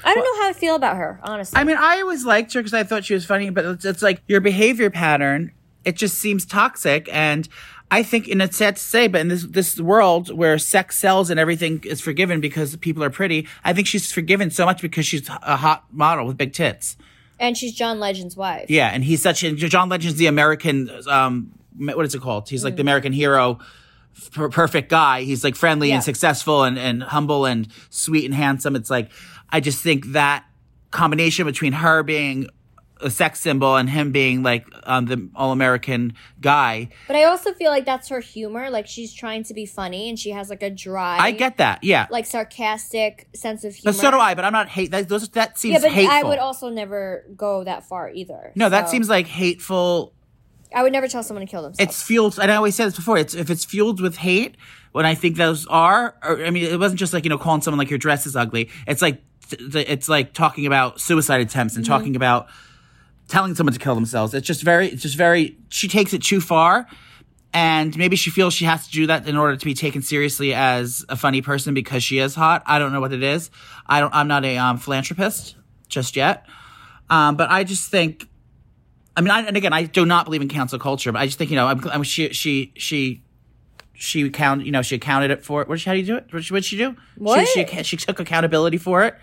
Speaker 1: I don't know how I feel about her, honestly.
Speaker 2: I mean, I always liked her because I thought she was funny, but it's, it's like your behavior pattern. It just seems toxic, and I think, and it's sad to say, but in this this world where sex sells and everything is forgiven because people are pretty, I think she's forgiven so much because she's a hot model with big tits.
Speaker 1: and she's John Legend's wife.
Speaker 2: Yeah, and he's such. and John Legend's the American. Um, what is it called? He's like the
Speaker 1: Mm.
Speaker 2: American hero, per- perfect guy. He's like friendly
Speaker 1: Yeah.
Speaker 2: and successful and and humble and sweet and handsome. It's like I just think that combination between her being a sex symbol and him being like um, the all American guy.
Speaker 1: But I also feel like that's her humor. Like she's trying to be funny, and she has like a dry,
Speaker 2: I get that. Yeah.
Speaker 1: like sarcastic sense of humor.
Speaker 2: but so do I. But I'm not hate. That, those that seems
Speaker 1: Yeah, but
Speaker 2: hateful.
Speaker 1: I would also never go that far either.
Speaker 2: no, that
Speaker 1: So,
Speaker 2: seems like hateful
Speaker 1: I would never tell someone to kill themselves.
Speaker 2: it's fueled and i always said this before it's if it's fueled with hate when i think those are or, i mean it wasn't just like you know calling someone like your dress is ugly it's like th- th- it's like talking about suicide attempts and talking about telling someone to kill themselves it's just very it's just very she takes it too far and maybe she feels she has to do that in order to be taken seriously as a funny person because she is hot i don't know what it is i don't i'm not a um, philanthropist just yet um, but i just think I mean, I, and again, I do not believe in cancel culture, but I just think you know, I'm, I'm, she she she she count you know she accounted it for it. What did she, how do you do it? What did she, what did she do?
Speaker 1: What?
Speaker 2: She, she she took accountability for it,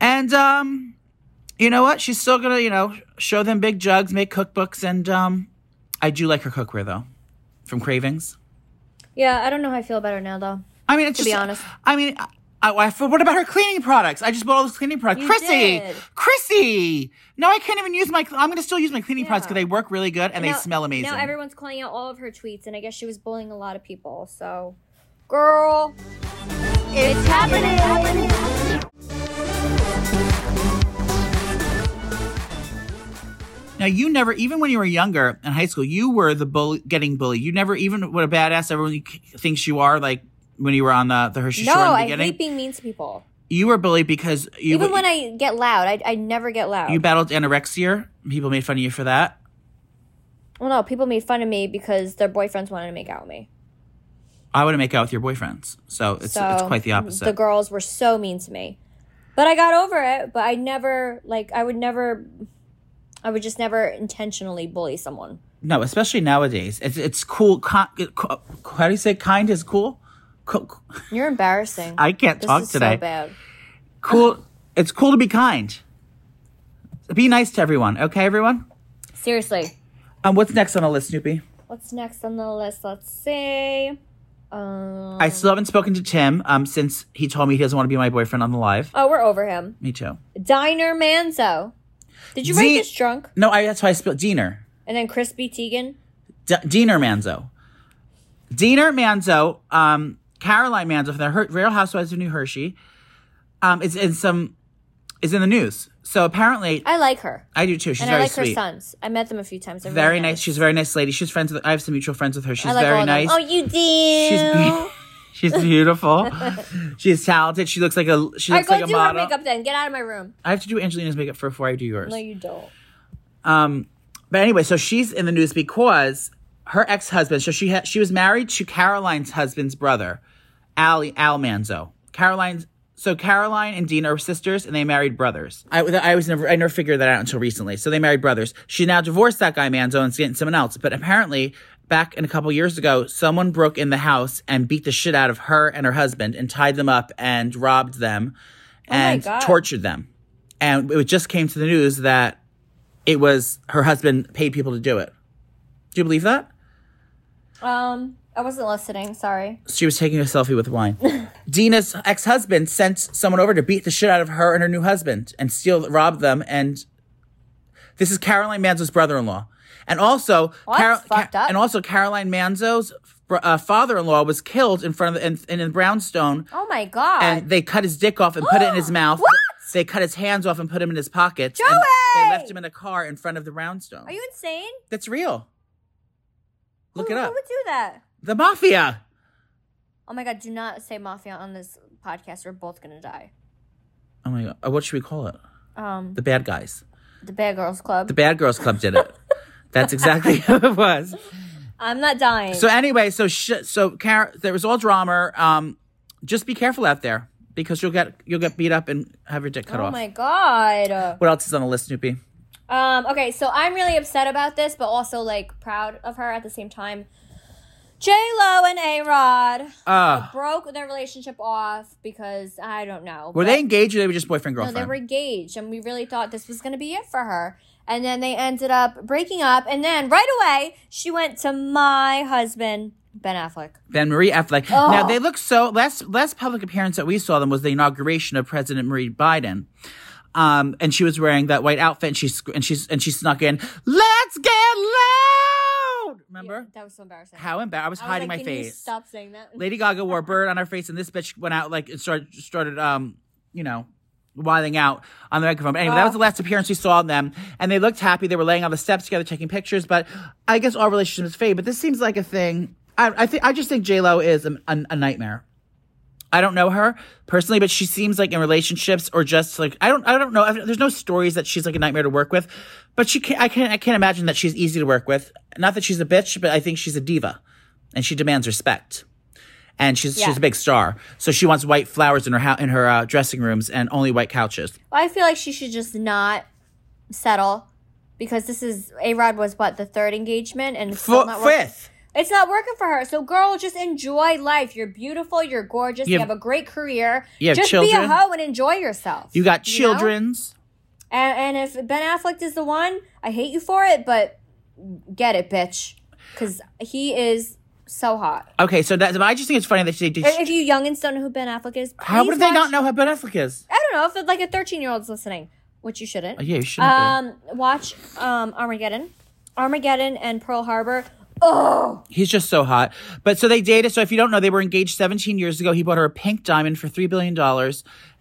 Speaker 2: and um, you know what? She's still gonna you know show them big jugs, make cookbooks, and um, I do like her cookware though, from Cravings.
Speaker 1: yeah, I don't know how I feel about her now though.
Speaker 2: I mean, it's
Speaker 1: To
Speaker 2: just,
Speaker 1: be honest.
Speaker 2: I mean, I, I, I- what about her cleaning products? I just bought all those cleaning products.
Speaker 1: You
Speaker 2: Chrissy,
Speaker 1: did.
Speaker 2: Chrissy. No, I can't even use my. I'm going to still use my cleaning products because they work really good and they
Speaker 1: Now-
Speaker 2: smell amazing.
Speaker 1: Now everyone's calling out all of her tweets, and I guess she was bullying a lot of people. So, girl, it's happening.
Speaker 2: now you never, even when you were younger in high school, you were the bull getting bullied. You never even what a badass everyone you c- thinks you are. Like when you were on the the Hershey
Speaker 1: No,
Speaker 2: Shore in the
Speaker 1: I
Speaker 2: beginning,
Speaker 1: hate being mean to people.
Speaker 2: you were bullied because you
Speaker 1: Even when I get loud, I, I never get loud.
Speaker 2: you battled anorexia. People made fun of you for that.
Speaker 1: well, no, people made fun of me because their boyfriends wanted to make out with me.
Speaker 2: I wouldn't make out with your boyfriends, so it's
Speaker 1: so
Speaker 2: it's quite the opposite.
Speaker 1: The girls were so mean to me, but I got over it. But I never like I would never, I would just never intentionally bully someone.
Speaker 2: No, especially nowadays. It's it's cool. Con, co- how do you say kind is cool? Co- co-
Speaker 1: You're embarrassing.
Speaker 2: I can't
Speaker 1: this
Speaker 2: talk
Speaker 1: is
Speaker 2: today.
Speaker 1: So bad.
Speaker 2: cool. It's cool to be kind. Be nice to everyone. Okay, everyone.
Speaker 1: Seriously,
Speaker 2: Um, what's next on the list, Snoopy?
Speaker 1: what's next on the list? Let's see. Um,
Speaker 2: I still haven't spoken to Tim. Um, since he told me he doesn't want to be my boyfriend on the live.
Speaker 1: oh, we're over him.
Speaker 2: Me too.
Speaker 1: Diner Manzo. Did you write
Speaker 2: Zee-
Speaker 1: this drunk?
Speaker 2: No, I. That's why I spelled Diener.
Speaker 1: And then Crispy Teigen.
Speaker 2: D- Diener Manzo. Diener Manzo, um, Caroline Manzo from the Her- Real Housewives of New Hershey, um, is in some is in the news. So apparently,
Speaker 1: I like her,
Speaker 2: I do too. She's
Speaker 1: and I
Speaker 2: very
Speaker 1: like her
Speaker 2: sweet.
Speaker 1: sons. I met them a few times. They're
Speaker 2: Very
Speaker 1: really
Speaker 2: nice. She's a very nice lady. She's friends with. I have some mutual friends with her. She's
Speaker 1: I like
Speaker 2: very
Speaker 1: all
Speaker 2: nice.
Speaker 1: Of them. Oh, you do.
Speaker 2: She's be- she's beautiful. she's talented. She looks like a she
Speaker 1: All right,
Speaker 2: looks
Speaker 1: go
Speaker 2: like a
Speaker 1: do her
Speaker 2: model.
Speaker 1: makeup then. Get out of my room.
Speaker 2: I have to do Angelina's makeup for- before I do yours.
Speaker 1: No, you don't.
Speaker 2: Um, but anyway, so she's in the news because her ex husband. So she ha- she was married to Caroline's husband's brother, Ali Al Manzo. Caroline's. So Caroline and Dean are sisters, and they married brothers. I, I was never I never figured that out until recently. So they married brothers. She now divorced that guy Manzo and is getting someone else. But apparently, back in a couple years ago, someone broke in the house and beat the shit out of her and her husband and tied them up and robbed them and
Speaker 1: God.
Speaker 2: tortured them. And it just came to the news that it was her husband paid people to do it. Do you believe that?
Speaker 1: Um, I wasn't listening. Sorry.
Speaker 2: She was taking a selfie with wine. Dina's ex husband sent someone over to beat the shit out of her and her new husband and steal, rob them. And this is Caroline Manzo's brother in law. And also,
Speaker 1: Well, that's fucked up.
Speaker 2: and also Caroline Manzo's fr- uh, father in law was killed in front of the, in, in a brownstone.
Speaker 1: Oh my god.
Speaker 2: And they cut his dick off and put it in his mouth.
Speaker 1: What?
Speaker 2: They cut his hands off and put him in his pockets. and
Speaker 1: Joey!
Speaker 2: They left him in a car in front of the brownstone.
Speaker 1: Are you insane?
Speaker 2: That's real. Look
Speaker 1: who,
Speaker 2: it up.
Speaker 1: Who would do that?
Speaker 2: The mafia.
Speaker 1: Oh my god! Do not say mafia on this podcast. We're both gonna die.
Speaker 2: Oh my god. Uh, What should we call it?
Speaker 1: Um,
Speaker 2: The bad guys.
Speaker 1: the Bad Girls Club.
Speaker 2: The Bad Girls Club did it. That's exactly who it was.
Speaker 1: I'm not dying.
Speaker 2: So anyway, so sh- so Car- there was all drama. Um, just be careful out there because you'll get you'll get beat up and have your dick cut
Speaker 1: oh
Speaker 2: off.
Speaker 1: my god.
Speaker 2: What else is on the list, Snoopy?
Speaker 1: Um, okay, so I'm really upset about this, but also like proud of her at the same time. J Lo and A Rod
Speaker 2: Uh,
Speaker 1: broke their relationship off because I don't know.
Speaker 2: were
Speaker 1: but-
Speaker 2: they engaged or they were just boyfriend
Speaker 1: No,
Speaker 2: girlfriend?
Speaker 1: they were engaged, and we really thought this was gonna be it for her. And then they ended up breaking up, and then right away she went to my husband Ben Affleck.
Speaker 2: Then Marie Affleck.
Speaker 1: Oh.
Speaker 2: Now they look so last last public appearance that we saw them was the inauguration of President Marie Biden. Um, and she was wearing that white outfit and she's and she's and she snuck in, Let's get loud. Remember?
Speaker 1: That was so embarrassing.
Speaker 2: How embarrassed I was
Speaker 1: I was
Speaker 2: hiding
Speaker 1: like,
Speaker 2: my
Speaker 1: "Can you
Speaker 2: face.
Speaker 1: Stop saying that.
Speaker 2: Lady Gaga wore a bird on her face and this bitch went out like and started started um, you know, wiling out on the microphone. But anyway, that was the last appearance we saw on them. And they looked happy. They were laying on the steps together taking pictures, but I guess all relationships fade. But this seems like a thing. I, I think I just think J Lo is a, a, a nightmare. I don't know her personally, but she seems like in relationships or just like I don't I don't know. I've- There's no stories that she's like a nightmare to work with, but she can't, I can't I can't imagine that she's easy to work with. Not that she's a bitch, but I think she's a diva, and she demands respect, and she's
Speaker 1: Yeah.
Speaker 2: she's a big star, so she wants white flowers in her hou- in her uh, dressing rooms and only white couches.
Speaker 1: I feel like she should just not settle because this is A Rod was what the third engagement and it's still
Speaker 2: Fo-
Speaker 1: not working.
Speaker 2: fifth,
Speaker 1: It's not working for her. So, girl, just enjoy life. You're beautiful. You're gorgeous. You,
Speaker 2: You
Speaker 1: have,
Speaker 2: have-
Speaker 1: a great career.
Speaker 2: you have
Speaker 1: just be a
Speaker 2: children.
Speaker 1: hoe and enjoy yourself.
Speaker 2: you got
Speaker 1: know?
Speaker 2: children's.
Speaker 1: And, and if Ben Affleck is the one, I hate you for it, but get it, bitch, because he is so hot.
Speaker 2: Okay, so that but I just think it's funny that she did.
Speaker 1: If if you youngins don't know who Ben Affleck is,
Speaker 2: how
Speaker 1: please
Speaker 2: would they
Speaker 1: watch-
Speaker 2: not know how Ben Affleck is?
Speaker 1: I don't know if it's like a 13 year old's listening, which you shouldn't.
Speaker 2: Oh, yeah, you shouldn't. be.
Speaker 1: Um, watch um Armageddon, Armageddon, and Pearl Harbor. Oh,
Speaker 2: He's just so hot. But so they dated. So if you don't know, they were engaged 17 years ago. He bought her a pink diamond for $3 billion.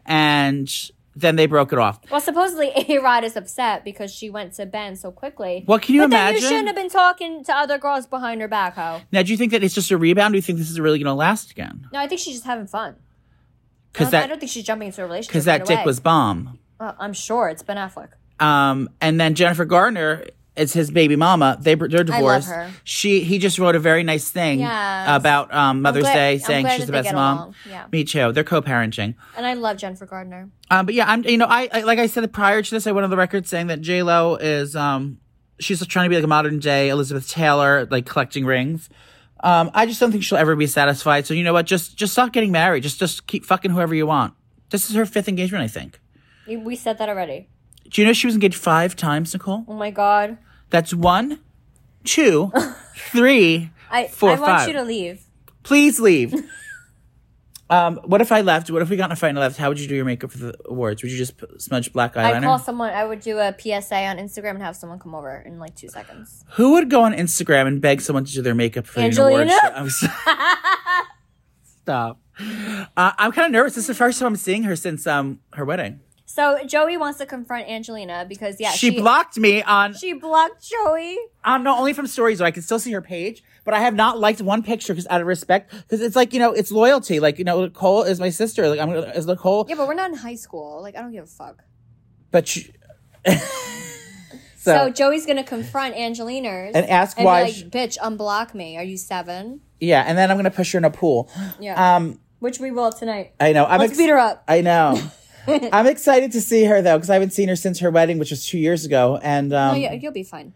Speaker 2: And then they broke it off.
Speaker 1: well, supposedly A Rod is upset because she went to Ben so quickly.
Speaker 2: Well, can you
Speaker 1: but Then you
Speaker 2: imagine?
Speaker 1: shouldn't have been talking to other girls behind her back, ho.
Speaker 2: Now, do you think that it's just a rebound? Do you think this is really going to last again?
Speaker 1: No, I think she's just having fun. I
Speaker 2: Because
Speaker 1: don't, I
Speaker 2: that,
Speaker 1: don't think she's jumping into a relationship.
Speaker 2: cause that
Speaker 1: right
Speaker 2: dick
Speaker 1: away.
Speaker 2: was bomb.
Speaker 1: Well, I'm sure it's Ben Affleck.
Speaker 2: Um, and then Jennifer Garner is his baby mama. They, they're divorced.
Speaker 1: her.
Speaker 2: She, he just wrote a very nice thing
Speaker 1: Yes.
Speaker 2: about um, Mother's
Speaker 1: glad-
Speaker 2: Day,
Speaker 1: I'm
Speaker 2: saying
Speaker 1: glad
Speaker 2: she's
Speaker 1: that
Speaker 2: the
Speaker 1: they
Speaker 2: best
Speaker 1: get
Speaker 2: mom.
Speaker 1: along. Yeah.
Speaker 2: Me too. They're co-parenting.
Speaker 1: And I love Jennifer Gardner.
Speaker 2: Um, but yeah, I'm you know I, I like I said prior to this, I went on the record saying that J Lo is um she's trying to be like a modern day Elizabeth Taylor, like collecting rings. Um, I just don't think she'll ever be satisfied. So you know what? Just just stop getting married. Just just keep fucking whoever you want. This is her fifth engagement, I think.
Speaker 1: You- We said that already.
Speaker 2: Do you know she was engaged five times, Nicole?
Speaker 1: Oh my god.
Speaker 2: That's one, two, three,
Speaker 1: I
Speaker 2: four,
Speaker 1: I want
Speaker 2: five.
Speaker 1: you to leave.
Speaker 2: Please leave. um, what if I left? What if we got in a fight and I left? How would you do your makeup for the awards? Would you just p- smudge black eyeliner?
Speaker 1: I'd call someone. I would do a PSA on Instagram and have someone come over in like two seconds.
Speaker 2: Who would go on Instagram and beg someone to do their makeup for you?
Speaker 1: Angelina?
Speaker 2: Stop. Uh, I'm kind of nervous. This is the first time I'm seeing her since um her wedding.
Speaker 1: So Joey wants to confront Angelina because yeah,
Speaker 2: she, blocked me on.
Speaker 1: She blocked Joey.
Speaker 2: I'm not only from stories, though I can still see her page, but I have not liked one picture because out of respect, because it's like you know, it's loyalty. Like you know, Nicole is my sister. Like I'm gonna is Nicole,
Speaker 1: Yeah, but we're not in high school. Like I don't give a fuck.
Speaker 2: but she,
Speaker 1: So,
Speaker 2: So-
Speaker 1: Joey's gonna confront Angelina's
Speaker 2: And ask
Speaker 1: and
Speaker 2: why
Speaker 1: Be like,
Speaker 2: she-
Speaker 1: bitch, unblock me. Are you seven?
Speaker 2: yeah. And then I'm gonna push her in a pool.
Speaker 1: Yeah.
Speaker 2: Um,
Speaker 1: Which we will tonight.
Speaker 2: I know. I'm
Speaker 1: Let's
Speaker 2: ex-
Speaker 1: beat her up.
Speaker 2: I know. I'm excited to see her though, because I haven't seen her since her wedding, which was two years ago. And um,
Speaker 1: oh, yeah, you'll be fine.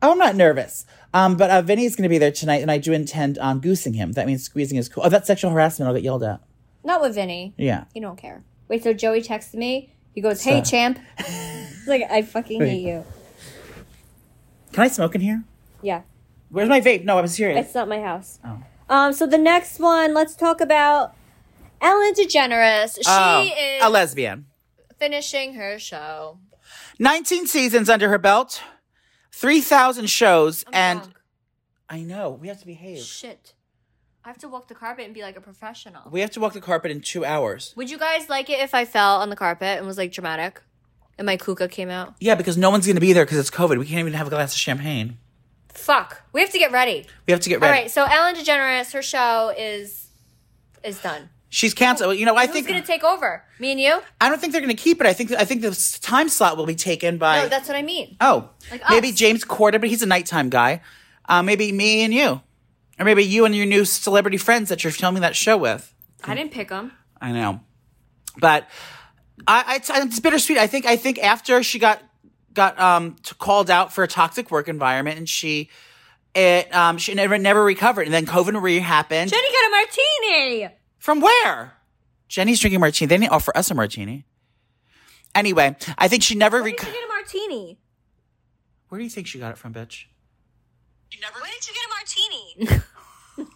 Speaker 2: Oh, I'm not nervous. Um, but uh, Vinny's going to be there tonight, and I do intend on goosing him. That means squeezing his cool. Oh, that's sexual harassment. I'll get yelled at.
Speaker 1: Not with Vinny.
Speaker 2: Yeah.
Speaker 1: You don't care. Wait, so Joey texts me. He goes, "Hey, champ." It's like I fucking hate you.
Speaker 2: Can I smoke in here?
Speaker 1: Yeah,
Speaker 2: Where's my vape? No, I'm serious.
Speaker 1: it's not my house. Um. So the next one, let's talk about Ellen DeGeneres. She
Speaker 2: Oh,
Speaker 1: is
Speaker 2: a lesbian.
Speaker 1: finishing her show.
Speaker 2: 19 seasons under her belt, 3,000 shows, and
Speaker 1: drunk.
Speaker 2: I know we have to behave.
Speaker 1: Shit, I have to walk the carpet and be like a professional.
Speaker 2: We have to walk the carpet in two hours.
Speaker 1: Would you guys like it if I fell on the carpet and was like dramatic, and my kuka came out?
Speaker 2: Yeah, because no one's going to be there because it's COVID. We can't even have a glass of champagne.
Speaker 1: Fuck, we have to get ready.
Speaker 2: We have to get
Speaker 1: All
Speaker 2: ready.
Speaker 1: right. So Ellen DeGeneres, her show is is done.
Speaker 2: She's canceled. You know, I
Speaker 1: Who's
Speaker 2: think
Speaker 1: gonna take over? Me and you?
Speaker 2: I don't think they're going to keep it. I think I think the s- time slot will be taken by.
Speaker 1: No, that's what I mean.
Speaker 2: oh,
Speaker 1: Like
Speaker 2: maybe
Speaker 1: us.
Speaker 2: James Corden, but he's a nighttime guy. Uh, maybe me and you, or maybe you and your new celebrity friends that you're filming that show with.
Speaker 1: I didn't pick him.
Speaker 2: I know, but I, I it's bittersweet. I think I think after she got got um t- called out for a toxic work environment, and she it um she never never recovered, and then COVID re happened.
Speaker 1: Jenny got a martini.
Speaker 2: From where? Jenny's drinking martini. They didn't offer us a martini. Anyway, I think she never.
Speaker 1: Where did
Speaker 2: Rec-
Speaker 1: she get a martini?
Speaker 2: Where do you think she got it from, bitch?
Speaker 1: Where did you get a martini?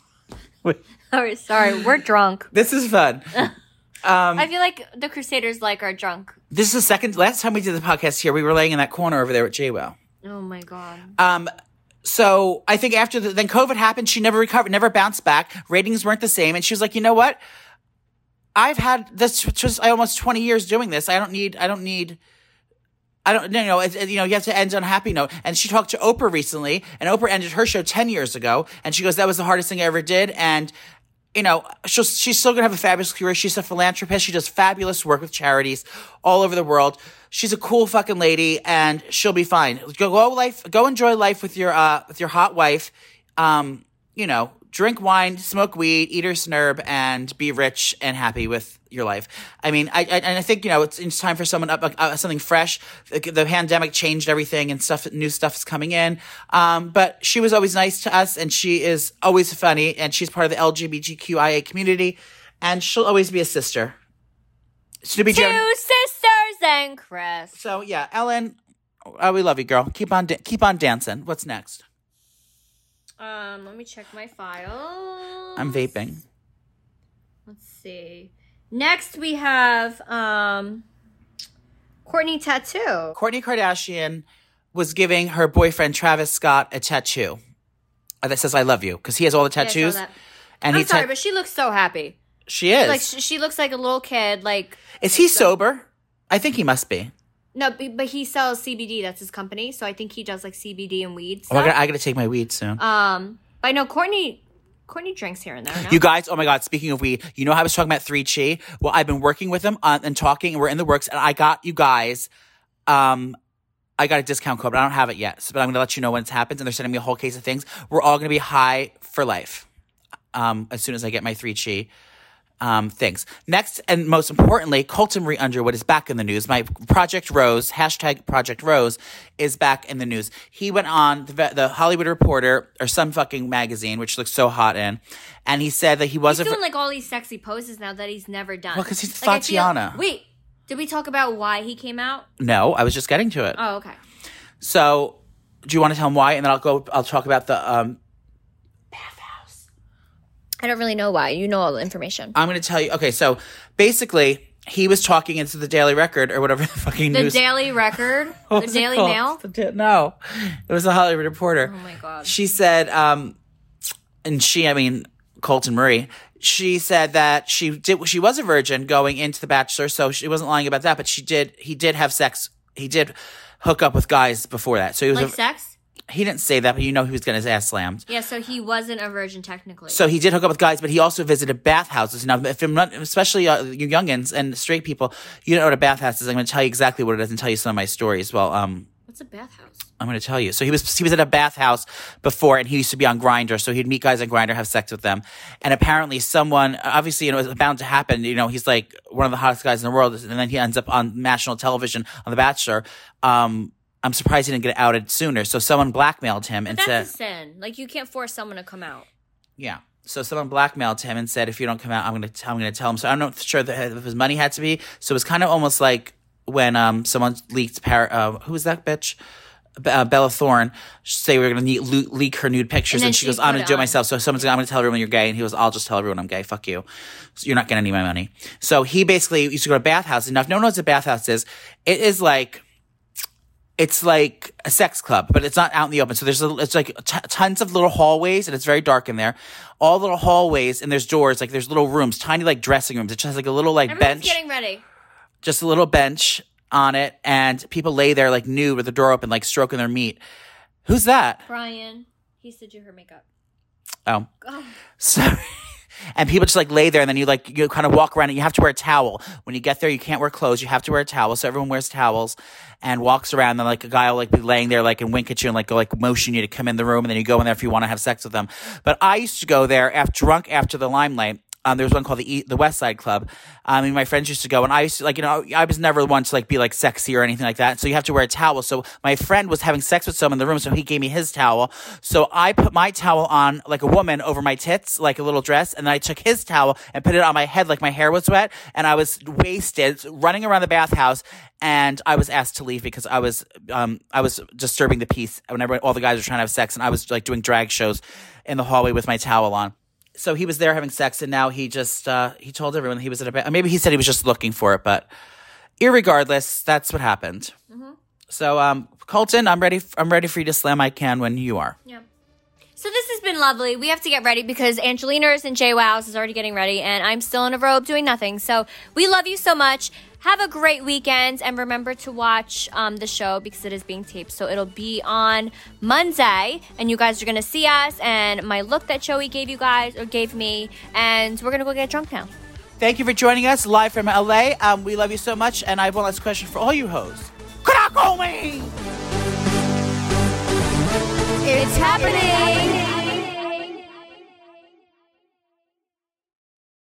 Speaker 1: Sorry, sorry, we're drunk.
Speaker 2: This is fun. Um,
Speaker 1: I feel like the Crusaders like are drunk.
Speaker 2: This is the second last time we did the podcast here. We were laying in that corner over there at JWoww.
Speaker 1: Oh my god.
Speaker 2: Um, so I think after the, then COVID happened, she never recovered, never bounced back. Ratings weren't the same, and she was like, you know what? I've had this just I almost twenty years doing this. I don't need. I don't need. I don't. No, no. It's, it- you know, you have to end on a happy note. And she talked to Oprah recently, and Oprah ended her show ten years ago, and she goes, "That was the hardest thing I ever did." And you know, she'll, she's still gonna have a fabulous career. She's a philanthropist. She does fabulous work with charities all over the world. She's a cool fucking lady, and she'll be fine. Go, go life. Go enjoy life with your uh with your hot wife. Um, you know, drink wine, smoke weed, eat her snurb, and be rich and happy with your life. I mean, I, I and I think you know it's, it's time for someone up uh, something fresh. The, the pandemic changed everything, and stuff new stuff is coming in. Um, but she was always nice to us, and she is always funny, and she's part of the LGBTQIA community, and she'll always be a sister. Snoopy Joe.
Speaker 1: Two sisters and Chris.
Speaker 2: So yeah, Ellen, uh, we love you, girl. Keep on da- keep on dancing. What's next?
Speaker 1: Um, let me check my file.
Speaker 2: I'm vaping.
Speaker 1: Let's see. Next we have um Courtney Tattoo.
Speaker 2: Courtney Kardashian was giving her boyfriend Travis Scott a tattoo uh, that says "I love you" because he has all the
Speaker 1: I saw
Speaker 2: tattoos.
Speaker 1: that.
Speaker 2: and
Speaker 1: I'm
Speaker 2: he
Speaker 1: sorry,
Speaker 2: ta-
Speaker 1: but she looks so happy.
Speaker 2: she is.
Speaker 1: Like she, she looks like a little kid. Like
Speaker 2: is he sober? I think he must be.
Speaker 1: no, b- but he sells CBD. That's his company. So I think he does like CBD and weed
Speaker 2: Oh, I,
Speaker 1: stuff.
Speaker 2: gotta, I gotta take my weed soon.
Speaker 1: um, but I know Courtney. Courtney drinks here and there. No?
Speaker 2: You guys, oh my God, speaking of weed, you know how I was talking about 3Chi? Well, I've been working with him on, and talking, and we're in the works, and I got you guys, um, I got a discount code, but I don't have it yet. So, but I'm going to let you know when it happens, and they're sending me a whole case of things. We're all going to be high for life um, as soon as I get my 3Chi. Um, things next, and most importantly, Colton Marie Underwood is back in the news. My Project Rose hashtag Project Rose is back in the news. He went on the, the Hollywood Reporter or some fucking magazine, which looks so hot in, and he said that he
Speaker 1: he's
Speaker 2: wasn't.
Speaker 1: doing like all these sexy poses now that he's never done.
Speaker 2: Well, 'cause he's
Speaker 1: I feel-
Speaker 2: Tatiana.
Speaker 1: wait, did we talk about why he came out?
Speaker 2: no, I was just getting to it.
Speaker 1: Oh, okay.
Speaker 2: So, do you want to tell him why, and then I'll go. I'll talk about the. Um,
Speaker 1: I don't really know why. You know all the information.
Speaker 2: I'm going to tell you. Okay, so basically, he was talking into the Daily Record or whatever the fucking
Speaker 1: The
Speaker 2: news.
Speaker 1: Daily Record,
Speaker 2: what
Speaker 1: the
Speaker 2: was it
Speaker 1: Daily
Speaker 2: Oh, called?
Speaker 1: Mail.
Speaker 2: The da- no, it was the Hollywood Reporter.
Speaker 1: Oh my god.
Speaker 2: She said, um, and she, I mean, Colton Murray, she said that she did, she was a virgin going into The Bachelor, so she wasn't lying about that, but she did, he did have sex, he did hook up with guys before that. So he was,
Speaker 1: Like
Speaker 2: a-
Speaker 1: sex?
Speaker 2: he didn't say that, but you know he was getting his ass slammed.
Speaker 1: Yeah. So he wasn't a virgin technically.
Speaker 2: So he did hook up with guys, but he also visited bathhouses. Now, if I'm not, especially uh, you youngins and straight people, you don't know what a bathhouse is. I'm going to tell you exactly what it is and tell you some of my stories. Well, um,
Speaker 1: What's a bathhouse?
Speaker 2: I'm going to tell you. So he was he was at a bathhouse before, and he used to be on Grinder. So he'd meet guys on Grinder, have sex with them, and apparently someone, obviously, you know, it was bound to happen. You know, he's like one of the hottest guys in the world, and then he ends up on national television on The Bachelor. Um, I'm surprised he didn't get outed sooner. So someone blackmailed him and
Speaker 1: That's a
Speaker 2: said,
Speaker 1: sin. Like you can't force someone to come out.
Speaker 2: Yeah. So someone blackmailed him and said, "If you don't come out, I'm gonna tell, I'm gonna tell him." So I'm not sure that if his money had to be. So it was kind of almost like when um someone leaked Par- uh, who was that bitch. B- Uh, Bella Thorne say we were gonna ne- lu- leak her nude pictures,
Speaker 1: And
Speaker 2: and,
Speaker 1: then
Speaker 2: she
Speaker 1: she
Speaker 2: goes,
Speaker 1: put
Speaker 2: "I'm gonna
Speaker 1: it
Speaker 2: do it
Speaker 1: on.
Speaker 2: myself." So someone's like, "I'm gonna tell everyone you're gay," and he goes, "I'll just tell everyone I'm gay. Fuck you. So you're not gonna need my money." So he basically used to go to bathhouses. Now, if no one knows what bathhouse is, it is like it's like a sex club, but it's not out in the open. So there's a, it's like t- tons of little hallways, and it's very dark in there. All little hallways, and there's doors. Like there's little rooms, tiny like dressing rooms. It's just like a little like
Speaker 1: Everyone's
Speaker 2: bench,
Speaker 1: getting ready.
Speaker 2: just a little bench on it, and people lay there like nude with the door open, like stroking their meat. Who's that?
Speaker 1: Brian, he said you her makeup.
Speaker 2: Oh,
Speaker 1: Oh,
Speaker 2: So, and people just like lay there, and then you like you kind of walk around, and you have to wear a towel. When you get there, you can't wear clothes. You have to wear a towel. So everyone wears towels and walks around. And like a guy will like be laying there, like and wink at you, and like go like motion you to come in the room, and then you go in there if you want to have sex with them. But I used to go there after drunk after the limelight. Um, there was one called the e- the West Side Club. I mean, my friends used to go, and I used to like, you know, I was never one to like be like sexy or anything like that. So you have to wear a towel. So my friend was having sex with someone in the room, so he gave me his towel. So I put my towel on like a woman over my tits, like a little dress, and then I took his towel and put it on my head, like my hair was wet, and I was wasted, running around the bathhouse, and I was asked to leave because I was, um, I was disturbing the peace whenever all the guys were trying to have sex, and I was like doing drag shows in the hallway with my towel on so he was there having sex, and now he just uh, he told everyone he was at a ba- maybe he said he was just looking for it, but irregardless, that's what happened. So, um, Colton, I'm ready. F- I'm ready for you to slam I can when you are.
Speaker 1: yeah. So this has been lovely. We have to get ready because Angelina's and Jay Wows is already getting ready, and I'm still in a robe doing nothing. So we love you so much. Have a great weekend, and remember to watch um, the show because it is being taped. So it'll be on Monday, and you guys are gonna see us and my look that Joey gave you guys or gave me, and we're gonna go get drunk now.
Speaker 2: Thank you for joining us live from LA. Um, we love you so much, and I have one last question for all you hoes. Crack on me!
Speaker 1: It's happening.